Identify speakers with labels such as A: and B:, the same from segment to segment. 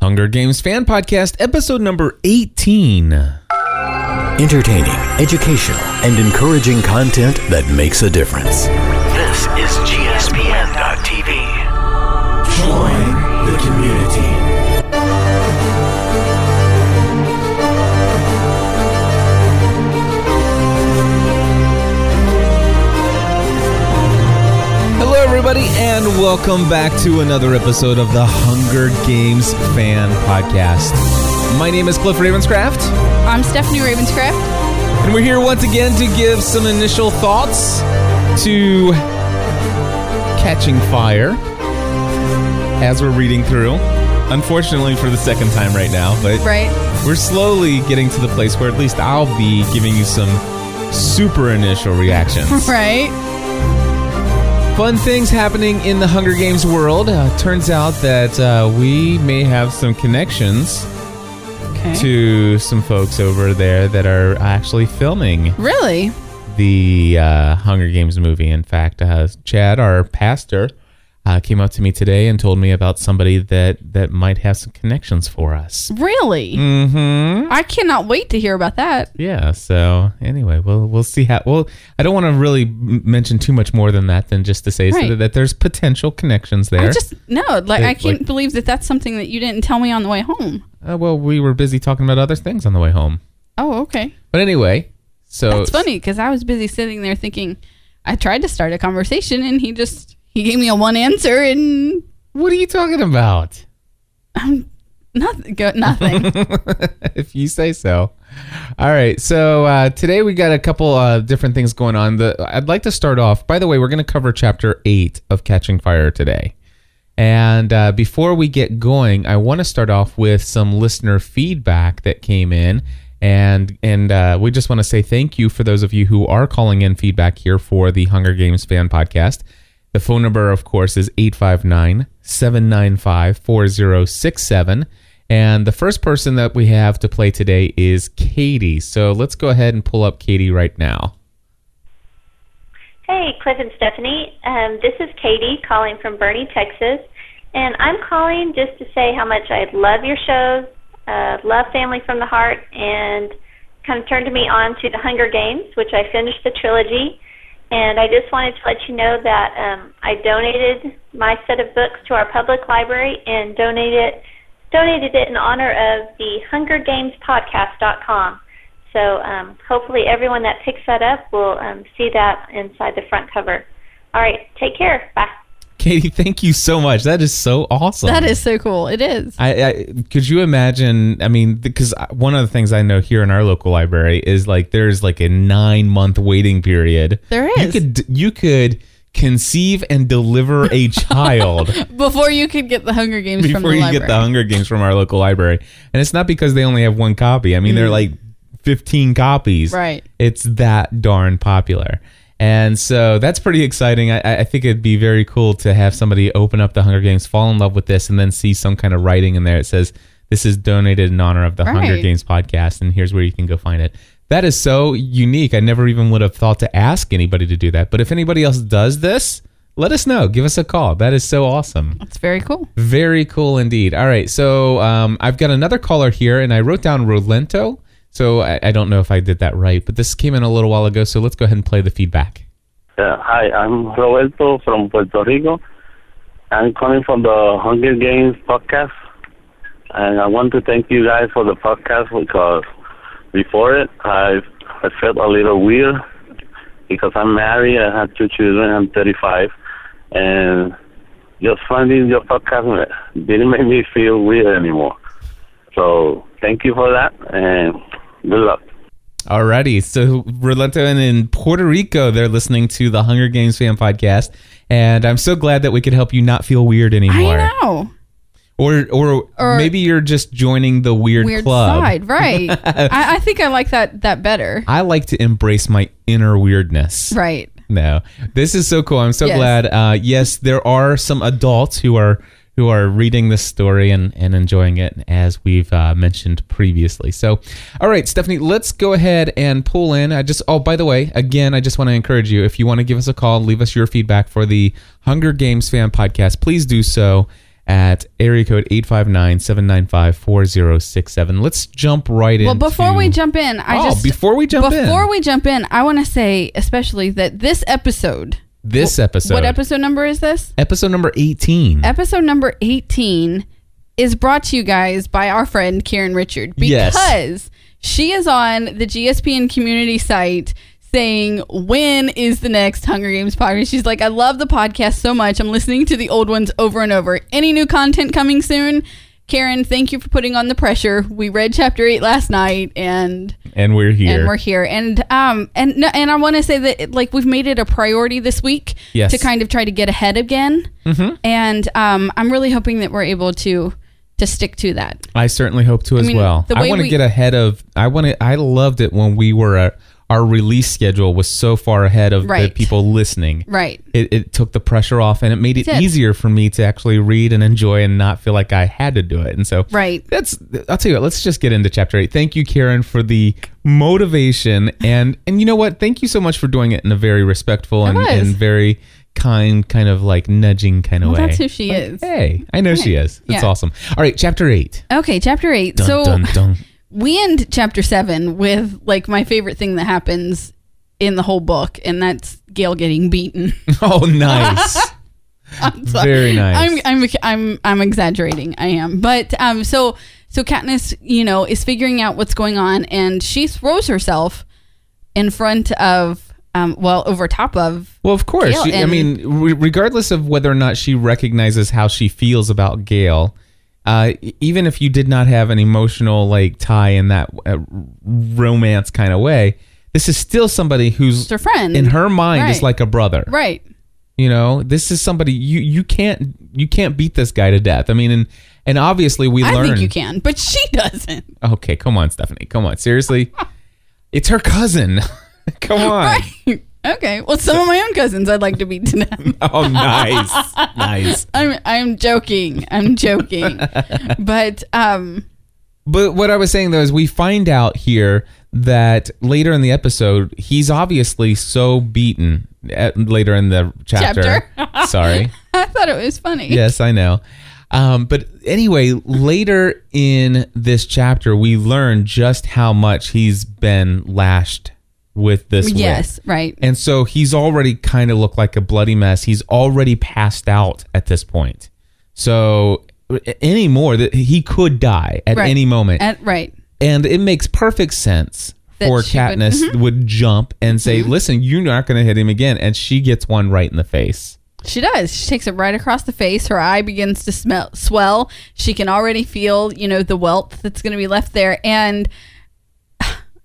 A: Hunger Games Fan Podcast, episode number 18.
B: Entertaining, educational, and encouraging content that makes a difference.
C: This is GSPN.TV.
D: Join the community.
A: Hello, everybody, and welcome back to another episode of the Hunger Games Fan Podcast. My name is Cliff Ravenscraft,
E: I'm Stephanie Ravenscraft.
A: and we're here once again to give some initial thoughts to Catching Fire as we're reading through. Unfortunately, for the second time right now, but
E: Right.
A: we're slowly getting to the place where at least I'll be giving you some super initial reactions.
E: Right.
A: Fun things happening in the Hunger Games world. Uh, turns out that uh, we may have some connections
E: Okay.
A: to some folks over there that are actually filming
E: Really?
A: the uh, Hunger Games movie. In fact, uh, Chad, our pastor, uh, came up to me today and told me about somebody that that might have some connections for us.
E: Really?
A: Mm-hmm.
E: I cannot wait to hear about that.
A: Yeah. So anyway, we'll we'll see how. Well, I don't want to really m- mention too much more than that, than just to say so
E: Right.
A: that, that there's potential connections there.
E: I just no, like
A: It-
E: I can't
A: like-
E: believe that that's something that you didn't tell me on the way home.
A: Uh, well, we were busy talking about other things on the way home.
E: Oh, okay.
A: But anyway, so
E: That's funny because I was busy sitting there thinking. I tried to start a conversation and he just he gave me a one answer and
A: What are you talking about?
E: I'm nothing. Go, nothing.
A: if you say so. All right. So uh, today we got a couple uh, different things going on. The I'd like to start off. By the way, we're going to cover chapter eight of Catching Fire today. And uh, before we get going, I want to start off with some listener feedback that came in, and and uh, we just want to say thank you for those of you who are calling in feedback here for the Hunger Games Fan Podcast. The phone number, of course, is 859 795 4067. And the first person that we have to play today is Katie. So let's go ahead and pull up Katie right now.
F: Hey, Cliff and Stephanie. Um, this is Katie calling from Bernie, Texas. And I'm calling just to say how much I love your shows, uh, love Family from the Heart, and kind of turned me on to The Hunger Games, which I finished the trilogy. And I just wanted to let you know that um, I donated my set of books to our public library and donated donated it in honor of the HungerGamesPodcast.com. So um, hopefully everyone that picks that up will um, see that inside the front cover. All right, take care. Bye.
A: Katie, thank you so much. That is so awesome.
E: that is so cool. It is.
A: I, I could you imagine? I mean, because one of the things I know here in our local library is like there's like a nine month waiting period.
E: There
A: You
E: is.
A: could you could conceive and deliver a child
E: Before you could get the Hunger Games from the
A: before you
E: library.
A: get the Hunger Games from our local library, and it's not because they only have one copy. I mean, they're like fifteen copies.
E: Mm-hmm. Right.
A: It's that darn popular. And so that's pretty exciting. I, I I think it'd be very cool to have somebody open up the Hunger Games, fall in love with this, and then see some kind of writing in there that says, This is donated in honor of the Hunger
E: Right.
A: Games podcast, and here's where you can go find it. That is so unique. I never even would have thought to ask anybody to do that. But if anybody else does this, let us know. Give us a call. That is so awesome.
E: That's very cool.
A: Very cool indeed. All right, so um, I've got another caller here, and I wrote down Rolento. So I, I don't know if I did that right, but this came in a little while ago. So let's go ahead and play the feedback.
G: Yeah, Uh, hi, I'm Roberto from Puerto Rico. I'm calling from the Hunger Games podcast, and I want to thank you guys for the podcast because before it, I I felt a little weird because I'm married, I have two children, I'm 35, and just finding your podcast didn't make me feel weird anymore. So thank you for that, and good luck.
A: Alrighty, so Rolento and in Puerto Rico, they're listening to the Hunger Games fan podcast, and I'm so glad that we could help you not feel weird anymore.
E: I know.
A: Or, or
E: Or-
A: maybe you're just joining the weird,
E: Weird
A: club.
E: side, right? I, I think I like that that better.
A: I like to embrace my inner weirdness.
E: Right.
A: No, this is so cool. I'm so
E: Yes.
A: glad. Uh, yes, there are some adults who are who are reading this story and, and enjoying it, as we've uh, mentioned previously. So, all right, Stephanie, let's go ahead and pull in. I just oh, by the way, again, I just want to encourage you. If you want to give us a call, leave us your feedback for the Hunger Games Fan Podcast. Please do so at area code 859-795-4067. Let's jump right in.
E: Well, before we jump in, I
A: Oh,
E: just
A: before we jump in.
E: before we jump in, I want to say especially that this episode,
A: this episode,
E: what episode number is this?
A: episode number 18.
E: Episode number eighteen is brought to you guys by our friend Karen Richard
A: Yes.
E: because she is on the GSPN community site saying when is the next Hunger Games podcast. She's like, I love the podcast so much. I'm listening to the old ones over and over. Any new content coming soon? Karen, thank you for putting on the pressure. We read chapter eight last night and
A: and we're here.
E: and we're here and um and no, and i want to say that like we've made it a priority this week
A: Yes.
E: to kind of try to get ahead again mm-hmm. and um i'm really hoping that we're able to to stick to that
A: I certainly hope to as
E: mean,
A: well.
E: the
A: I
E: way
A: want to
E: we-
A: get ahead of. I want to. I loved it when we were. uh our release schedule was so far ahead of the
E: Right.
A: people listening.
E: right
A: It, it took the pressure off and it made it
E: That's it.
A: easier for me to actually read and enjoy and not feel like I had to do it. And so,
E: Right.
A: That's. I'll tell you what. Let's just get into chapter eight. Thank you, Karen, for the motivation and and you know what? Thank you so much for doing it in a very respectful and,
E: was.
A: and very kind, kind of like nudging kind of
E: well,
A: way.
E: that's who she is
A: Hey, I know she is. That's
E: Yeah.
A: awesome. All right, chapter eight.
E: okay chapter eight
A: Dun,
E: so
A: dun, dun.
E: we end chapter seven with like my favorite thing that happens in the whole book and that's gail getting beaten
A: Oh, nice.
E: I'm sorry.
A: Very nice.
E: I'm, I'm I'm I'm exaggerating. I am, but um, so so Katniss, you know, is figuring out what's going on, and she throws herself in front of, um, well, over top of,
A: well, of course.
E: Gail
A: She- I
E: and-
A: mean, re- regardless of whether or not she recognizes how she feels about Gail, uh, e- even if you did not have an emotional like tie in that uh, romance kind of way, this is still somebody who's
E: her friend.
A: in her mind is
E: Right.
A: like a brother.
E: right,
A: You know, this is somebody you you can't you can't beat this guy to death. I mean, and and obviously we
E: I
A: learn.
E: think you can, but she doesn't.
A: Okay, come on, Stephanie. Come on, seriously. it's her cousin. come on.
E: okay, well, some of my own cousins I'd like to beat to them.
A: Oh, nice, nice.
E: I'm I'm joking. I'm joking, but um,
A: But what I was saying though is, we find out here that later in the episode, he's obviously so beaten. At, later in the chapter,
E: Chapter.
A: sorry.
E: I thought it was funny.
A: Yes, I know. Um, but anyway, later in this chapter, we learn just how much he's been lashed with this. whip.
E: Yes, right.
A: And so he's already kind of looked like a bloody mess. He's already passed out at this point. So any more that he could die at
E: Right.
A: any moment.
E: At, right.
A: and it makes perfect sense
E: That
A: for
E: she would- Mm-hmm.
A: Katniss would, jump and say, "Listen, you're not going to hit him again." And she gets one right in the face.
E: She does. She takes it right across the face. Her eye begins to smell swell. She can already feel, you know, the wealth that's going to be left there. And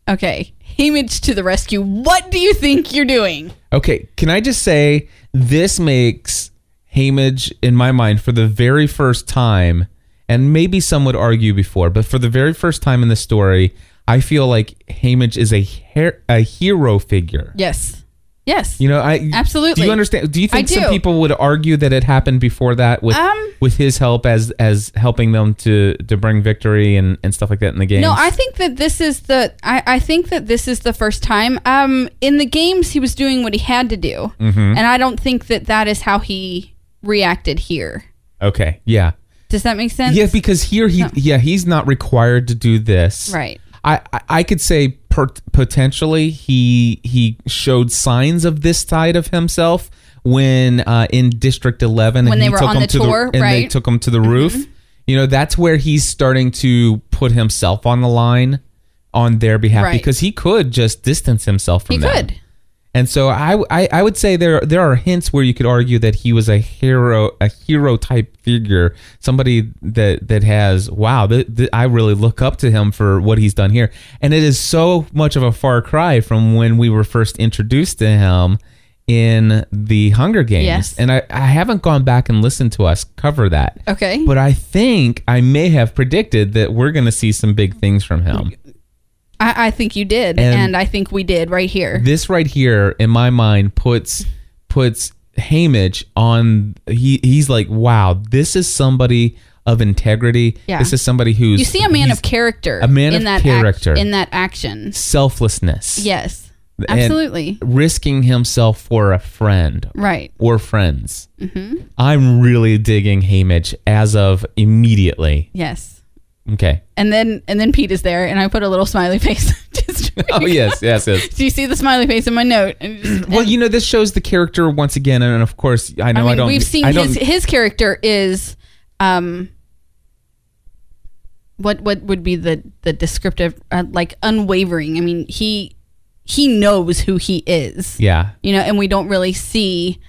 E: okay, Hamish to the rescue. What do you think you're doing?
A: Okay, can I just say this makes Hamage in my mind for the very first time, and maybe some would argue before, but for the very first time in the story, I feel like Hamage is a her- a hero figure.
E: Yes. Yes.
A: You know, I
E: Absolutely.
A: Do you understand? Do you
E: I
A: think some
E: do.
A: people would argue that it happened before that with
E: Um,
A: with his help as as helping them to to bring victory and and stuff like that in the game?
E: no, I think that this is the I, I think that this is the first time. Um, in the games, he was doing what he had to do,
A: Mm-hmm.
E: and I don't think that that is how he reacted here.
A: okay, yeah,
E: Does that make sense?
A: yeah, because here he yeah he's not required to do this,
E: Right.
A: I, I- I could say per- potentially he he showed signs of this side of himself when uh, in District Eleven
E: When
A: and
E: they
A: he
E: were
A: took
E: on
A: him
E: the
A: to
E: tour,
A: the, and they
E: right? Mm-hmm.
A: took him to the roof. You know that's where he's starting to put himself on the line on their behalf
E: Right.
A: because he could just distance himself from
E: He
A: them.
E: could.
A: And so I, I I would say there there are hints where you could argue that he was a hero a hero type figure somebody that that has wow th- th- I really look up to him for what he's done here and it is so much of a far cry from when we were first introduced to him in the Hunger Games
E: Yes.
A: and I, I haven't gone back and listened to us cover that
E: Okay.
A: but I think I may have predicted that we're going to see some big things from him
E: I, I think you did,
A: And-
E: and, I think we did right here.
A: this right here in my mind puts puts Hamish on he he's like wow this is somebody of integrity
E: Yeah.
A: this is somebody who's
E: you see a man
A: he's
E: of character,
A: a man
E: in
A: of
E: that act-
A: character.
E: in that action.
A: selflessness
E: Yes,
A: and
E: Absolutely.
A: risking himself for a friend
E: right.
A: or friends.
E: Mm-hmm.
A: I'm really digging Hamish as of immediately.
E: Yes.
A: Okay.
E: And then and then Pete is there, and I put a little smiley face. just
A: Oh yes, yes, yes.
E: Do you see the smiley face in my note? And just,
A: Well, you know, this shows the character once again, and of course, I know I,
E: I mean,
A: don't.
E: we've seen
A: I don't,
E: his his character is, um, what what would be the the descriptive uh, like unwavering? I mean, he he knows who he is,
A: Yeah,
E: you know, and we don't really see,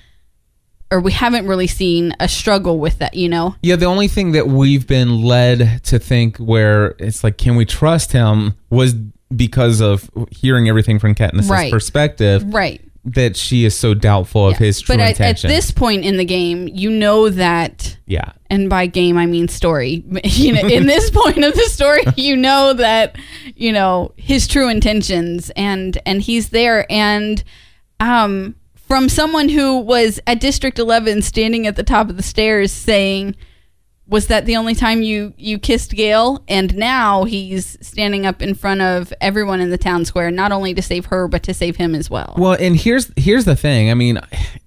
E: or we haven't really seen a struggle with that, you know.
A: yeah. The only thing that we've been led to think where it's like, can we trust him, was because of hearing everything from Katniss's
E: Right.
A: perspective,
E: Right.
A: that she is so doubtful of his true
E: but at, at
A: intention.
E: this point in the game, you know that
A: yeah,
E: and by game I mean story. You know, in this point of the story, you know that you know his true intentions, and and he's there, and um, from someone who was at District Eleven, standing at the top of the stairs, saying, "Was that the only time you you kissed Gail?" And now he's standing up in front of everyone in the town square, not only to save her but to save him as well.
A: Well, and here's here's the thing. I mean,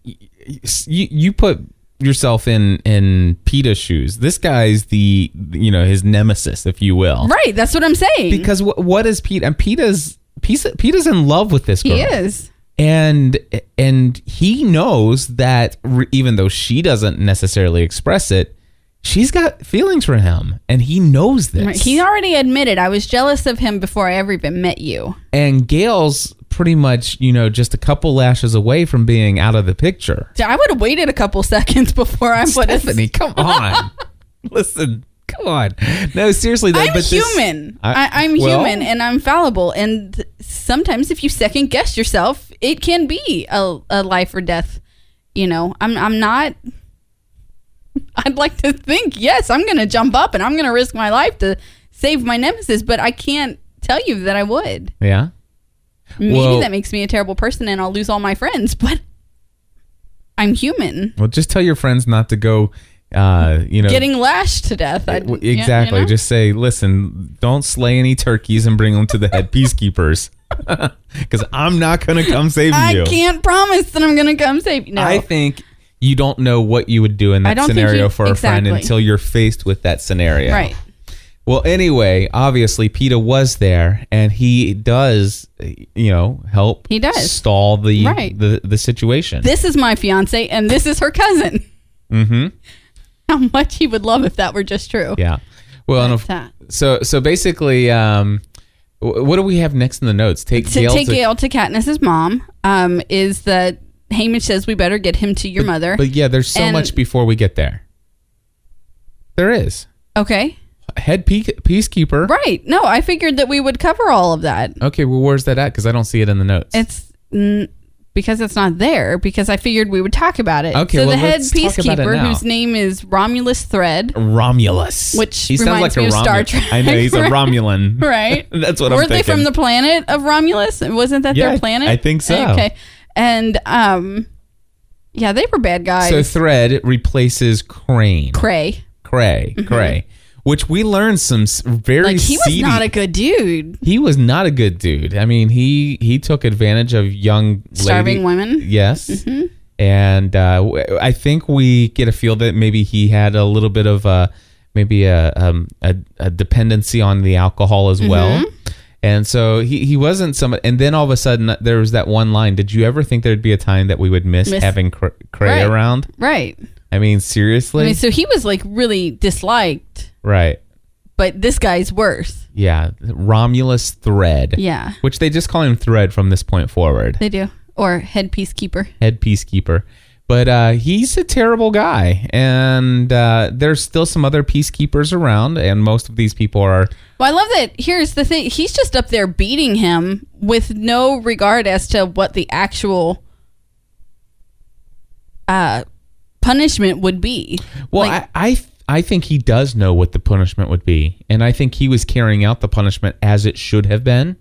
A: you you put yourself in in Peta's shoes. This guy's the you know his nemesis, if you will,
E: right, that's what I'm saying.
A: Because wh- what is Pete? And Peta's Peta, Peta's in love with this girl.
E: he is.
A: and and he knows that re- even though she doesn't necessarily express it, she's got feelings for him, and he knows this.
E: Right. He already admitted I was jealous of him before I ever even met you.
A: and Gail's pretty much you know just a couple lashes away from being out of the picture.
E: So I would have waited a couple seconds before I would have.
A: Stephanie, come on. Listen, come on. No, seriously though.
E: I'm
A: but this-
E: human. I, am
A: well,
E: human and I'm fallible. And sometimes if you second guess yourself, it can be a, a life or death. You know, I'm, I'm not. I'd like to think, yes, I'm going to jump up and I'm going to risk my life to save my nemesis, but I can't tell you that I would.
A: yeah.
E: Maybe
A: Well-
E: that makes me a terrible person and I'll lose all my friends, but I'm human.
A: Well, just tell your friends not to go. Uh, you know,
E: getting lashed to death. I'd-
A: w-
E: yeah, you
A: exactly.
E: know?
A: Just say, listen, don't slay any turkeys and bring them to the head peacekeepers, because I'm not gonna come save
E: I
A: you.
E: can't promise that I'm gonna come save you. No,
A: I think you don't know what you would do in
E: I
A: that
E: don't think
A: scenario
E: you-
A: for a friend
E: exactly.
A: until you're faced with that scenario.
E: right.
A: Well, anyway, obviously Peta was there, and he does, you know, help.
E: He does.
A: stall the
E: Right.
A: the, the situation.
E: This is my fiance, and this is her cousin.
A: Mhm.
E: How much he would love if that were just true.
A: yeah. Well, and of,
E: But, uh,
A: so so basically, um, wh- what do we have next in the notes? Take
E: to
A: Gail
E: take
A: to-
E: Gail to Katniss's mom um, is that Hamish says we better get him to your mother.
A: But yeah, there's so
E: And-
A: much before we get there. There is
E: okay,
A: head pe- peacekeeper.
E: right? No, I figured that we would cover all of that.
A: Okay, well, where's that at? Because I don't see it in the notes.
E: It's n- because it's not there because I figured we would talk about it.
A: Okay,
E: so the
A: well,
E: head
A: let's talk about it
E: peacekeeper,
A: now.
E: whose name is Romulus Thread,
A: Romulus,
E: Which reminds me of Star Trek,
A: I know he's a
E: right?
A: Romulan.
E: right?
A: That's what I'm
E: Weren't they
A: thinking.
E: from the planet of Romulus? Wasn't that
A: Yeah,
E: their planet?
A: I think so.
E: Okay, and um, yeah, they were bad guys.
A: So Thread replaces Crane.
E: Cray,
A: Cray. Cray. Which we learned some s- very
E: Mm-hmm. like he was
A: seedy-
E: not a good dude.
A: he was not a good dude. I mean, he he took advantage of young
E: Starving
A: lady-
E: women? Mm-hmm.
A: Yes. And uh, w- I think we get a feel that maybe he had a little bit of a maybe a um, a, a dependency on the alcohol as well.
E: Mm-hmm.
A: And so he, he wasn't some. And then all of a sudden uh, there was that one line. Did you ever think there'd be a time that we would miss,
E: Miss-
A: having cr- Cray
E: Right.
A: around?
E: Right.
A: I mean, seriously,
E: I mean, so he was like really disliked,
A: right?
E: but this guy's worse.
A: Yeah, Romulus Thread.
E: Yeah.
A: which they just call him Thread from this point forward.
E: They do. Or head peacekeeper.
A: head peacekeeper. But uh, he's a terrible guy, and uh, there's still some other peacekeepers around, and most of these people are
E: Well, I love that. Here's the thing: he's just up there beating him with no regard as to what the actual uh, punishment would be.
A: well.
E: Like-
A: I, I I think he does know what the punishment would be, and I think he was carrying out the punishment as it should have been.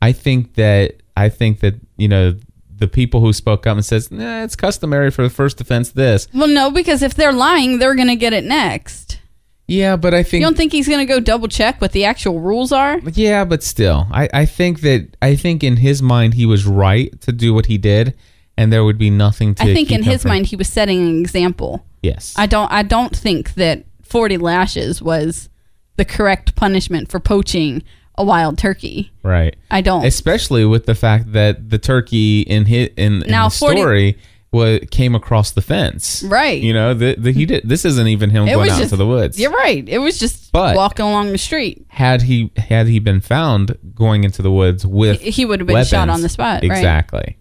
A: I think that I think that you know the people who spoke up and says, "Nah, it's customary for the first offense." This
E: Well, no, because if they're lying, they're going to get it next.
A: Yeah, but I think
E: You don't think he's going to go double check what the actual rules are?
A: Yeah, but still, I, I think that I think in his mind he was right to do what he did, and there would be nothing to.
E: I think
A: keep
E: in
A: him
E: his
A: from-
E: mind he was setting an example.
A: yes,
E: I don't I don't think that 40 lashes was the correct punishment for poaching a wild turkey.
A: right.
E: I don't.
A: Especially with the fact that the turkey in his in, in
E: Now,
A: the
E: 40
A: story was came across the fence,
E: Right.
A: You know that he did. This isn't even him
E: it
A: going
E: was
A: out
E: just
A: to the woods.
E: You're right. It was just
A: But-
E: walking along the street.
A: Had he had he been found going into the woods with
E: He- he would have been shot
A: weapons-
E: on the spot, right.
A: Exactly.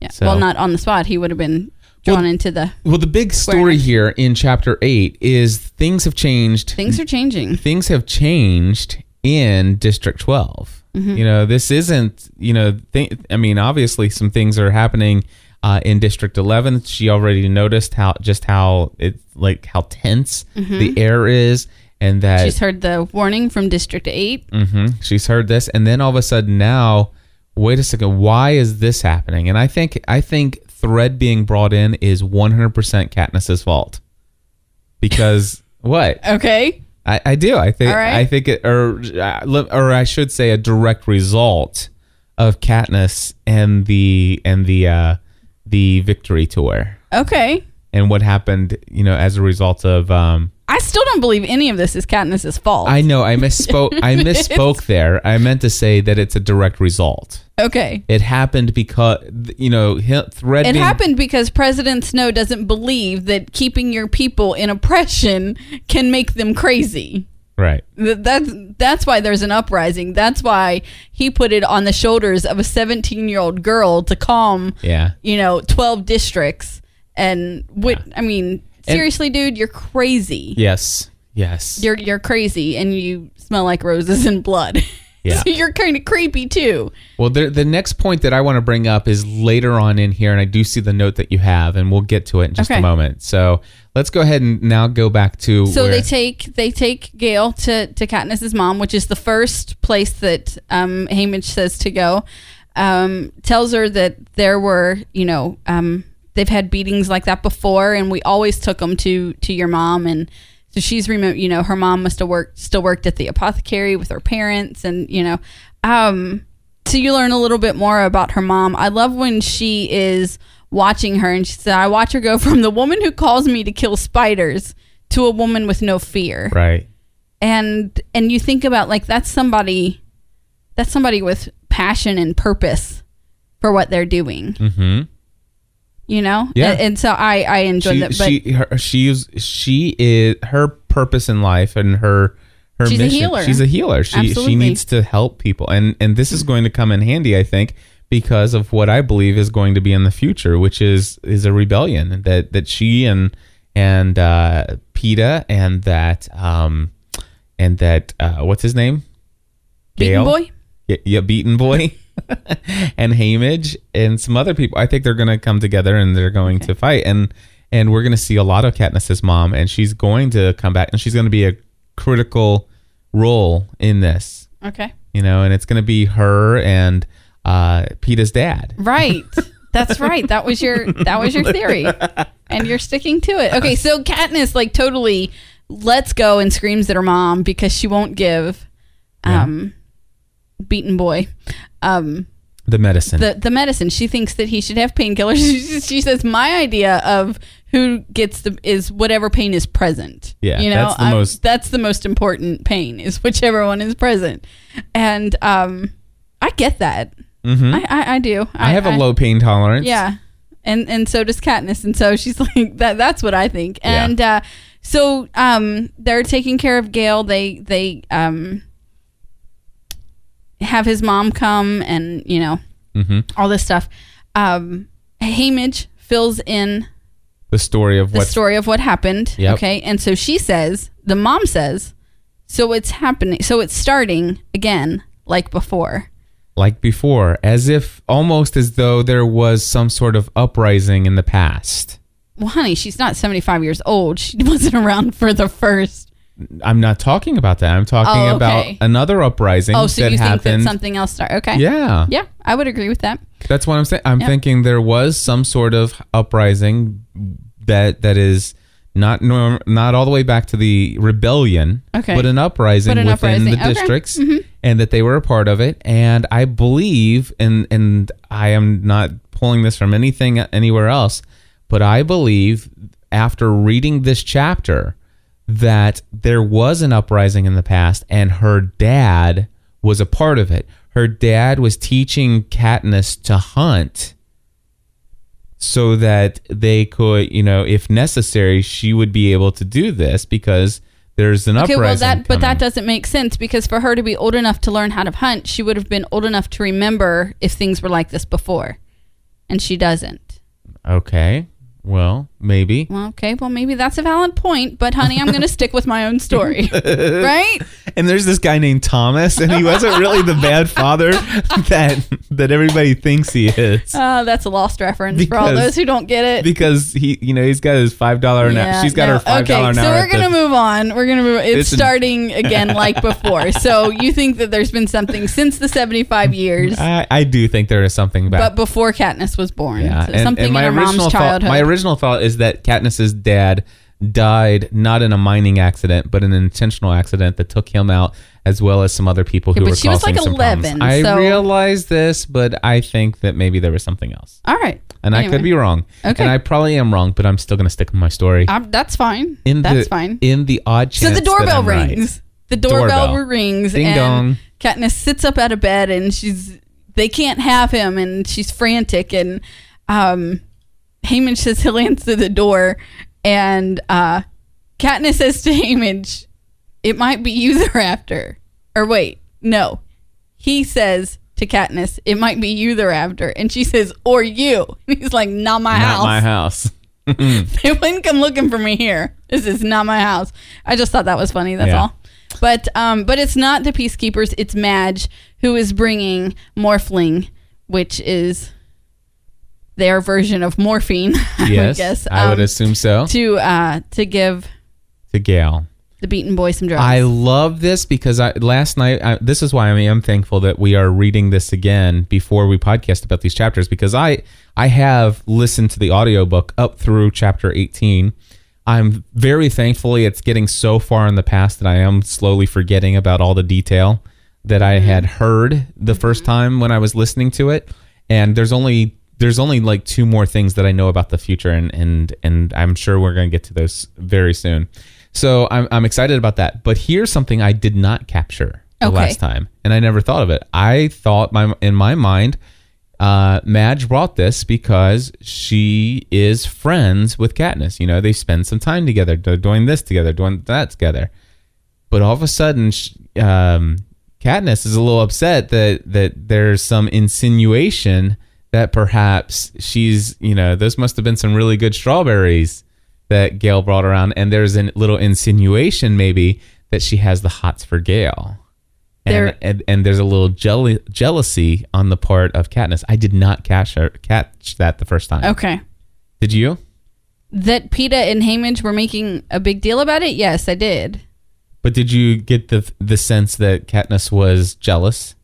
E: Yeah.
A: So-
E: Well, not on the spot. He would have been drawn into the
A: Well, the big story here in chapter eight is things have changed.
E: things are changing.
A: things have changed in district 12 you know this isn't you know th- i mean obviously some things are happening uh, in district 11 she already noticed how just how it like how tense the air is and that
E: She's heard the warning from District 8.
A: Mhm. she's heard this and then all of a sudden now wait a second why is this happening and i think i think thread being brought in is 100% katniss's fault because what
E: Okay.
A: I, I do. I think
E: All right.
A: I think it, or uh, li- or I should say a direct result of Katniss and the and the uh, the victory tour
E: Okay.
A: and what happened. You know, as a result of um,
E: I still don't believe any of this is Katniss's fault.
A: I know I misspoke. I misspoke there. I meant to say that it's a direct result.
E: okay.
A: It happened because you know hi- thread.
E: It
A: being-
E: happened because President Snow doesn't believe that keeping your people in oppression can make them crazy.
A: right.
E: Th- That's that's why there's an uprising. That's why he put it on the shoulders of a 17 year old girl to calm,
A: Yeah.
E: you know, 12 districts. And what I mean,
A: And-
E: seriously, dude, you're crazy.
A: Yes. Yes.
E: You're you're crazy, and you smell like roses and blood.
A: Yeah.
E: so you're kind of creepy too.
A: Well, the, the next point that I want to bring up is later on in here, and I do see the note that you have, and we'll get to it in just a
E: Okay.
A: moment. So let's go ahead and now go back to.
E: So
A: where-
E: they take they take Gail to to Katniss's mom, which is the first place that um, Haymitch says to go. Um, tells her that there were you know um, they've had beatings like that before, and we always took them to to your mom, and so she's remember you know her mom must have worked still worked at the apothecary with her parents, and you know. Um, so you learn a little bit more about her mom. I love when she is watching her and she said, I watch her go from the woman who calls me to kill spiders to a woman with no fear.
A: Right.
E: And and you think about like that's somebody that's somebody with passion and purpose for what they're doing.
A: Mm-hmm.
E: You know?
A: Yeah.
E: And, and so I, I enjoyed
A: She,
E: that. But
A: she, her, she, is, she is her purpose in life and her her
E: She's a
A: mission.
E: healer.
A: She's a healer. She she
E: Absolutely.
A: needs to help people, and and this is going to come in handy, I think, because of what I believe is going to be in the future, which is is a rebellion that that she and and uh, PETA and that um and that uh, what's his name Gale?
E: Beaten Boy?
A: yeah, yeah beaten boy and Hamage and some other people. I think they're going to come together and they're going to fight and and we're going to see a lot of Katniss's mom and she's going to come back and she's going to be a critical role in this,
E: Okay.
A: you know, and it's going to be her and uh Peter's dad.
E: Right. That's right. That was your that was your theory. And you're sticking to it. Okay, so Katniss like totally lets go and screams at her mom because she won't give um beaten boy um
A: The medicine.
E: the the medicine. She thinks that he should have painkillers. She- she says my idea of who gets the is whatever pain is present.
A: Yeah,
E: you know,
A: that's the
E: I'm-
A: most-
E: that's the most important pain is whichever one is present. And um I get that.
A: Mhm.
E: I, I I do.
A: I have a low pain tolerance.
E: Yeah. And and so does Katniss. And so she's like that that's what I think.
A: Yeah.
E: And uh so um they're taking care of Gail. They they um have his mom come and, you know,
A: Mhm.
E: all this stuff. Um Hamage fills in
A: The story of
E: the
A: what
E: story of what happened.
A: Yep.
E: Okay. And so she says, the mom says, so it's happening so it's starting again like before.
A: like before, as if almost as though there was some sort of uprising in the past.
E: Well, honey, she's not 75 years old. She wasn't around for the first
A: I'm not talking about that. I'm talking
E: Oh,
A: about
E: okay.
A: another uprising
E: Oh, so
A: that
E: you
A: happened.
E: think that something else started? Okay.
A: yeah.
E: Yeah, I would agree with that.
A: That's what I'm saying. I'm thinking there was some sort of uprising that that is not norm, not all the way back to the rebellion,
E: Okay.
A: but an uprising
E: But an
A: within
E: uprising.
A: the
E: Okay. Mm-hmm.
A: districts, and that they were a part of it. And I believe, and and I am not pulling this from anything anywhere else, but I believe after reading this chapter that there was an uprising in the past, and her dad was a part of it. Her dad was teaching Katniss to hunt so that they could, you know, if necessary, she would be able to do this because there's an
E: Okay,
A: uprising.
E: well that but
A: coming.
E: that doesn't make sense because for her to be old enough to learn how to hunt, she would have been old enough to remember if things were like this before, and she doesn't.
A: Okay, well, maybe.
E: Well, okay, well maybe that's a valid point, but honey, I'm going to stick with my own story, right?
A: And there's this guy named Thomas, and he wasn't really the bad father that that everybody thinks he is
E: Uh, that's a lost reference for all
A: Because-
E: those who don't get it.
A: because he, you know, he's got his five dollar an hour.
E: Yeah,
A: She's got
E: no,
A: her five dollar
E: Okay,
A: an hour.
E: so we're gonna move on. We're gonna move. It's,
A: It's an-
E: starting again like before. So you think that there's been something since the 75 years,
A: I, I do think there is something back.
E: but before Katniss was born,
A: Yeah,
E: so
A: and,
E: something
A: and my
E: in her
A: original
E: mom's
A: thought,
E: childhood.
A: my original thought is that Katniss's dad died not in a mining accident, but in an intentional accident that took him out, as well as some other people who
E: Yeah, but
A: were
E: she was,
A: causing
E: like,
A: some
E: 11,
A: problems.
E: so-
A: I realize this, but I think that maybe there was something else,
E: all right,
A: and I could
E: Anyway.
A: be wrong.
E: Okay.
A: and I probably am wrong, but I'm still going to stick with my story.
E: Um, that's fine.
A: in the,
E: that's fine.
A: In the odd
E: So
A: chance,
E: the
A: that
E: doorbell
A: I'm right.
E: rings. The doorbell,
A: Doorbell.
E: rings.
A: Ding
E: and
A: dong.
E: Katniss sits up out of bed and she's they can't have him and she's frantic and um Haymitch says he'll answer the door and uh Katniss says to Haymitch, It might be you they're after. Or wait, no. He says to Katniss, It might be you they're after and she says, Or you and he's like, Not my
A: Not
E: house
A: my house.
E: they wouldn't come looking for me here. This is not my house. I just thought that was funny. That's
A: Yeah.
E: all. But um, but it's not the peacekeepers. It's Madge who is bringing Morphling, which is their version of morphine. I would
A: Yes,
E: guess
A: I would
E: um,
A: assume so.
E: to uh, to give
A: To Gail.
E: the beaten boy some drugs.
A: I love this because I last night. I, this is why I am thankful that we are reading this again before we podcast about these chapters because I I have listened to the audiobook up through chapter eighteen. I'm very thankfully it's getting so far in the past that I am slowly forgetting about all the detail that I had heard the first time when I was listening to it. And there's only there's only like two more things that I know about the future, and and and I'm sure we're going to get to those very soon. So I'm I'm excited about that. But here's something I did not capture the
E: Okay.
A: last time, and I never thought of it. I thought my in my mind, uh, Madge brought this because she is friends with Katniss. You know, they spend some time together. They're doing this together, doing that together but all of a sudden, sh- um, Katniss is a little upset that that there's some insinuation that perhaps she's, you know, those must have been some really good strawberries that Gail brought around, and there's a little insinuation maybe that she has the hots for Gail. And,
E: There-
A: and, and there's a little jelly, jealousy on the part of Katniss. I did not catch her, catch that the first time.
E: okay.
A: Did you?
E: That PETA and Haymitch were making a big deal about it. Yes, I did.
A: But did you get the the sense that Katniss was jealous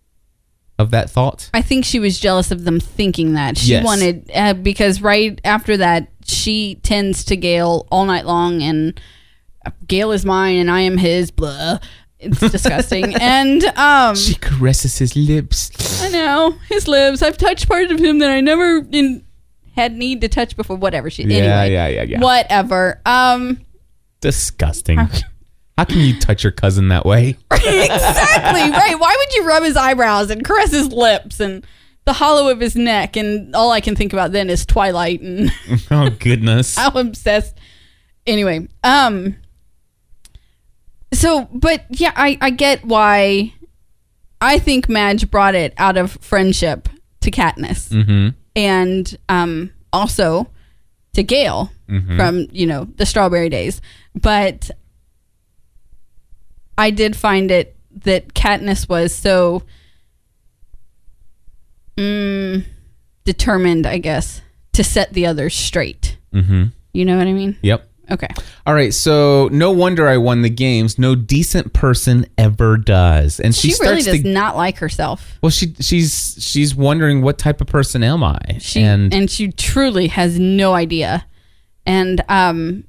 A: of that thought?
E: I think she was jealous of them thinking that she
A: Yes.
E: wanted uh, because right after that she tends to Gail all night long and uh, Gail is mine and I am his. Blah, it's disgusting. and um,
A: She caresses his lips.
E: I know his lips. I've touched parts of him that I never in, had need to touch before. Whatever she.
A: Yeah,
E: anyway,
A: yeah, yeah, yeah.
E: Whatever. Um,
A: Disgusting. How can you touch your cousin that way?
E: exactly right. Why would you rub his eyebrows and caress his lips and the hollow of his neck? And all I can think about then is Twilight and.
A: Oh goodness.
E: how obsessed anyway um so but yeah i i get why i think madge brought it out of friendship to katniss
A: Mm-hmm.
E: and um also to gail
A: Mm-hmm.
E: from you know the strawberry days but i did find it that katniss was so mm, determined i guess to set the others straight
A: Mm-hmm.
E: you know what I mean?
A: Yep.
E: Okay.
A: All right. So no wonder I won the games. No decent person ever does. And she,
E: She, really
A: starts
E: does
A: to.
E: not like herself.
A: well, she she's she's wondering what type of person am I?
E: She and, she truly has no idea. And um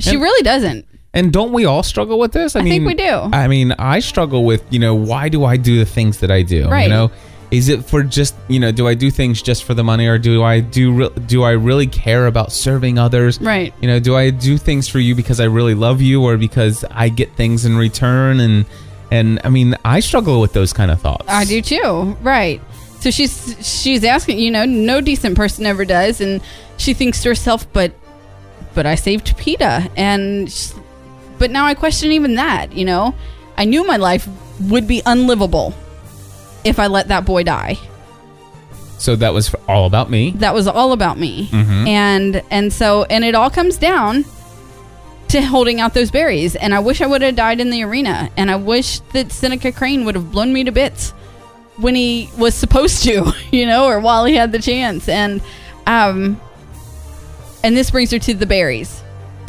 E: She really doesn't.
A: And don't we all struggle with this? I,
E: I
A: mean,
E: think we do.
A: I mean, I struggle with, you know, why do I do the things that I do? You
E: Right.
A: know, is it for just, you know, do I do things just for the money or do I do re- do I really care about serving others?
E: Right.
A: You know, do I do things for you because I really love you or because I get things in return and and I mean, I struggle with those kind of thoughts.
E: I do too. Right. So she's she's asking, you know, no decent person ever does, and she thinks to herself, but but I saved Peta, and s- but now I question even that. You know, I knew my life would be unlivable if I let that boy die.
A: So that was all about me.
E: That was all about me, and and so and it all comes down to holding out those berries. And I wish I would have died in the arena, and I wish that Seneca Crane would have blown me to bits. when he was supposed to, you know, or while he had the chance. And um and this brings her to the berries.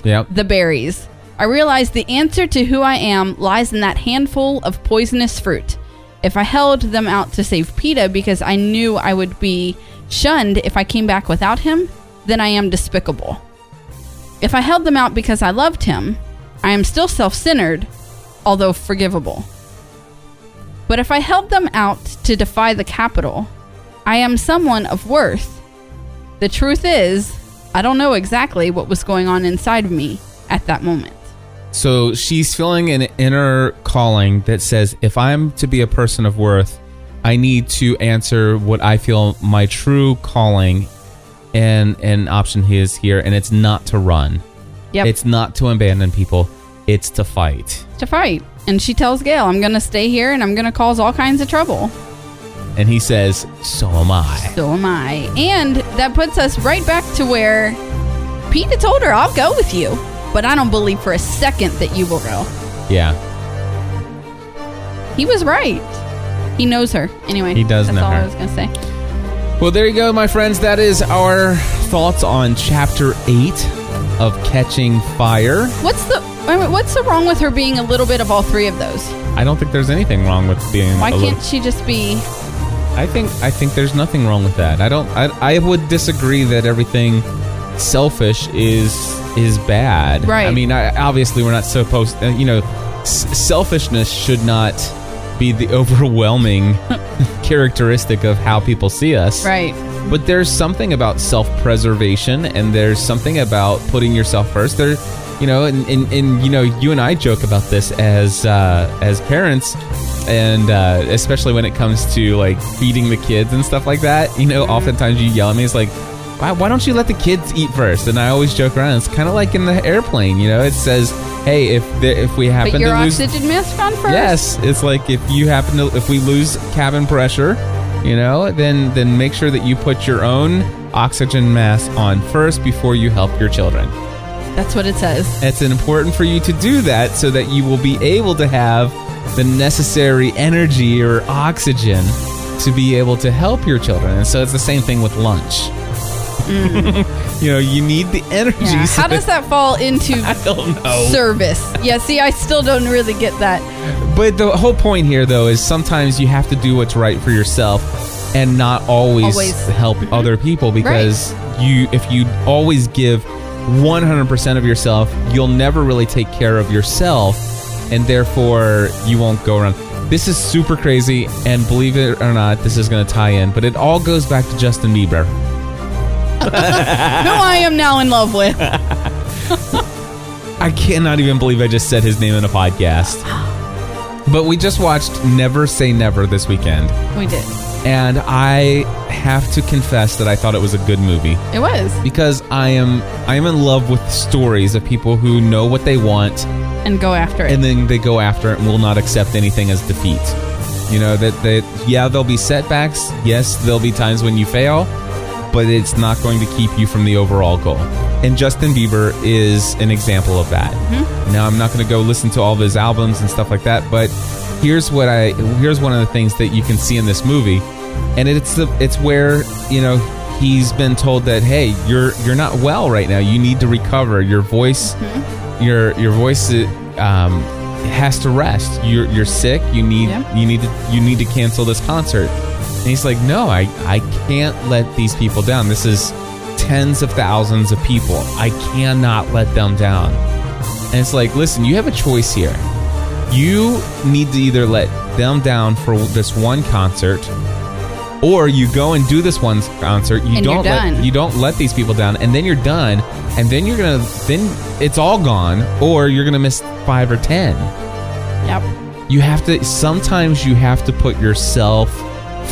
A: Yep.
E: The berries. I realize the answer to who I am lies in that handful of poisonous fruit. If I held them out to save PETA because I knew I would be shunned if I came back without him, then I am despicable. If I held them out because I loved him, I am still self centered, although forgivable. But if I held them out to defy the capital, I am someone of worth. The truth is, I don't know exactly what was going on inside of me at that moment.
A: So she's feeling an inner calling that says, if I'm to be a person of worth, I need to answer what I feel my true calling and and option is here, and it's not to run.
E: Yep.
A: It's not to abandon people, it's to fight.
E: to fight. And she tells Gail, I'm going to stay here and I'm going to cause all kinds of trouble.
A: And he says, So am I.
E: So am I. And that puts us right back to where Peta told her, I'll go with you, but I don't believe for a second that you will go.
A: Yeah.
E: He was right. He knows her. Anyway,
A: He does
E: that's
A: know
E: all
A: her.
E: I was going to say.
A: Well, there you go, my friends. That is our thoughts on chapter eight of Catching Fire.
E: What's the wait, wait, what's the wrong with her being a little bit of all three of those?
A: I don't think there's anything wrong with being
E: Why
A: a little-
E: can't she just be
A: I think I think there's nothing wrong with that. I don't. I, I would disagree that everything selfish is is bad.
E: Right.
A: I mean, I, obviously we're not supposed. Uh, you know, s- selfishness should not be the overwhelming characteristic of how people see us.
E: right?
A: But there's something about self-preservation, and there's something about putting yourself first. There, you know, and, and, and you know, you and I joke about this as uh, as parents, and uh, especially when it comes to like feeding the kids and stuff like that. You know, oftentimes you yell at me, it's like, why, why don't you let the kids eat first? And I always joke around. It's kind of like in the airplane. You know, it says, hey, if the, if we happen
E: But your
A: to lose
E: oxygen mask found first.
A: Yes, it's like if you happen to if we lose cabin pressure, you know, then then make sure that you put your own oxygen mask on first before you help your children.
E: that's what it says.
A: It's important for you to do that so that you will be able to have the necessary energy or oxygen to be able to help your children. And so it's the same thing with lunch. you know, you need the energy.
E: Mm. Yeah.
A: so-
E: How does that fall into
A: I don't know.
E: service? Yeah. See, I still don't really get that.
A: But the whole point here, though, is sometimes you have to do what's right for yourself and not always,
E: Always.
A: help other people because you, if you always give 100% of yourself, you'll never really take care of yourself and therefore you won't go around. This is super crazy, and believe it or not, this is going to tie in, but it all goes back to Justin Bieber.
E: No, I am now in love with.
A: I cannot even believe I just said his name in a podcast. But we just watched Never Say Never this weekend.
E: We did.
A: and I have to confess that I thought it was a good movie
E: It was,
A: because I am I am in love with stories of people who know what they want
E: and go after it.
A: and then they go after it and will not accept anything as defeat. You know that that yeah there'll be setbacks, yes there'll be times when you fail, but it's not going to keep you from the overall goal. And Justin Bieber is an example of that. Now I'm not going to go listen to all of his albums and stuff like that, but here's what I here's one of the things that you can see in this movie, and it's the it's where you know he's been told that hey you're you're not well right now. You need to recover. Your voice, your your voice um, has to rest. You're you're sick. You need
E: Yeah.
A: you need to you need to cancel this concert. And he's like, no, I I can't let these people down. This is tens of thousands of people. I cannot let them down. And it's like, listen, you have a choice here. You need to either let them down for this one concert, or you go and do this one concert. You
E: And you're
A: don't let
E: done.
A: you don't let these people down, and then you're done, and then you're gonna then it's all gone, or you're gonna miss five or ten.
E: Yep.
A: You have to sometimes you have to put yourself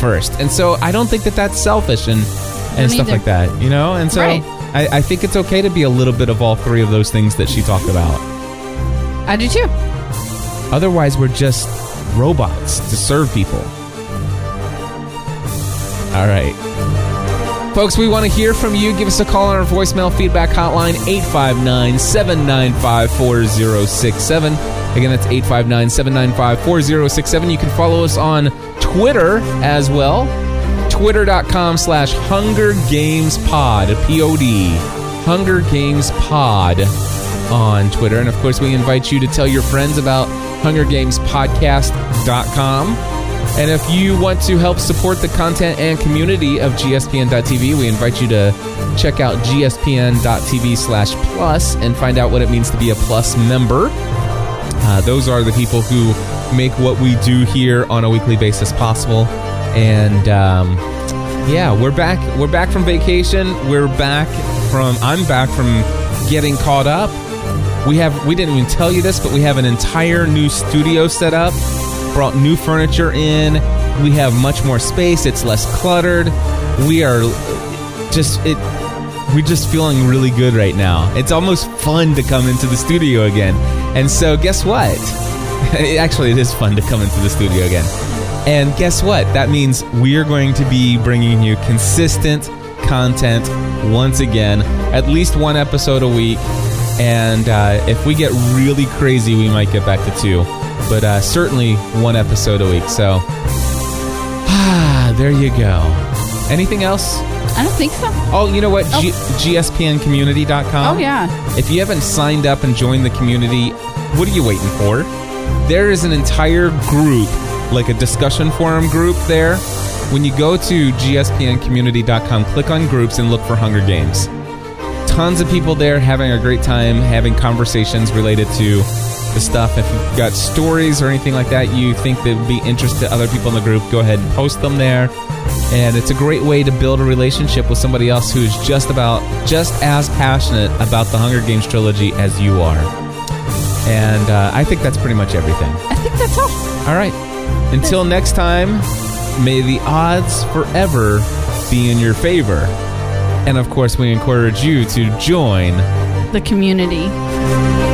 A: first, and so I don't think that that's selfish and and
E: Don't
A: stuff
E: either.
A: like that, you know. And so
E: Right.
A: I, I think it's okay to be a little bit of all three of those things that she talked about.
E: I do too.
A: Otherwise, we're just robots to serve people. All right. Folks, we want to hear from you. Give us a call on our voicemail feedback hotline, 859 795 4067. Again, that's 859 795 4067. You can follow us on Twitter as well. Twitter.com slash Hunger Games Pod, P O D. Hunger Games Pod on Twitter. And of course, we invite you to tell your friends about HungerGamesPodcast.com. And if you want to help support the content and community of GSPN.TV, we invite you to check out GSPN.TV slash plus and find out what it means to be a plus member. Uh, those are the people who make what we do here on a weekly basis possible. And um, yeah, we're back. We're back from vacation. We're back from. I'm back from getting caught up. We have. We didn't even tell you this, but we have an entire new studio set up. Brought new furniture in. We have much more space. It's less cluttered. We are just it. We're just feeling really good right now. It's almost fun to come into the studio again. And so, guess what? Actually, it is fun to come into the studio again. And guess what? That means we are going to be bringing you consistent content once again, at least one episode a week. And uh, if we get really crazy, we might get back to two, but uh, certainly one episode a week. So, ah, there you go. Anything else?
E: I don't think so.
A: Oh, you know what? G- GSPNcommunity.com.
E: Oh, yeah.
A: If you haven't signed up and joined the community, what are you waiting for? There is an entire group, like a discussion forum group there. When you go to gspncommunity.com, click on groups and look for Hunger Games. Tons of people there having a great time, having conversations related to the stuff. If you've got stories or anything like that you think that would be interest to other people in the group, go ahead and post them there. And it's a great way to build a relationship with somebody else who's just about just as passionate about the Hunger Games trilogy as you are. And uh, I think that's pretty much everything.
E: I think that's all.
A: All right. Until next time, may the odds forever be in your favor. And of course, we encourage you to join
E: The community.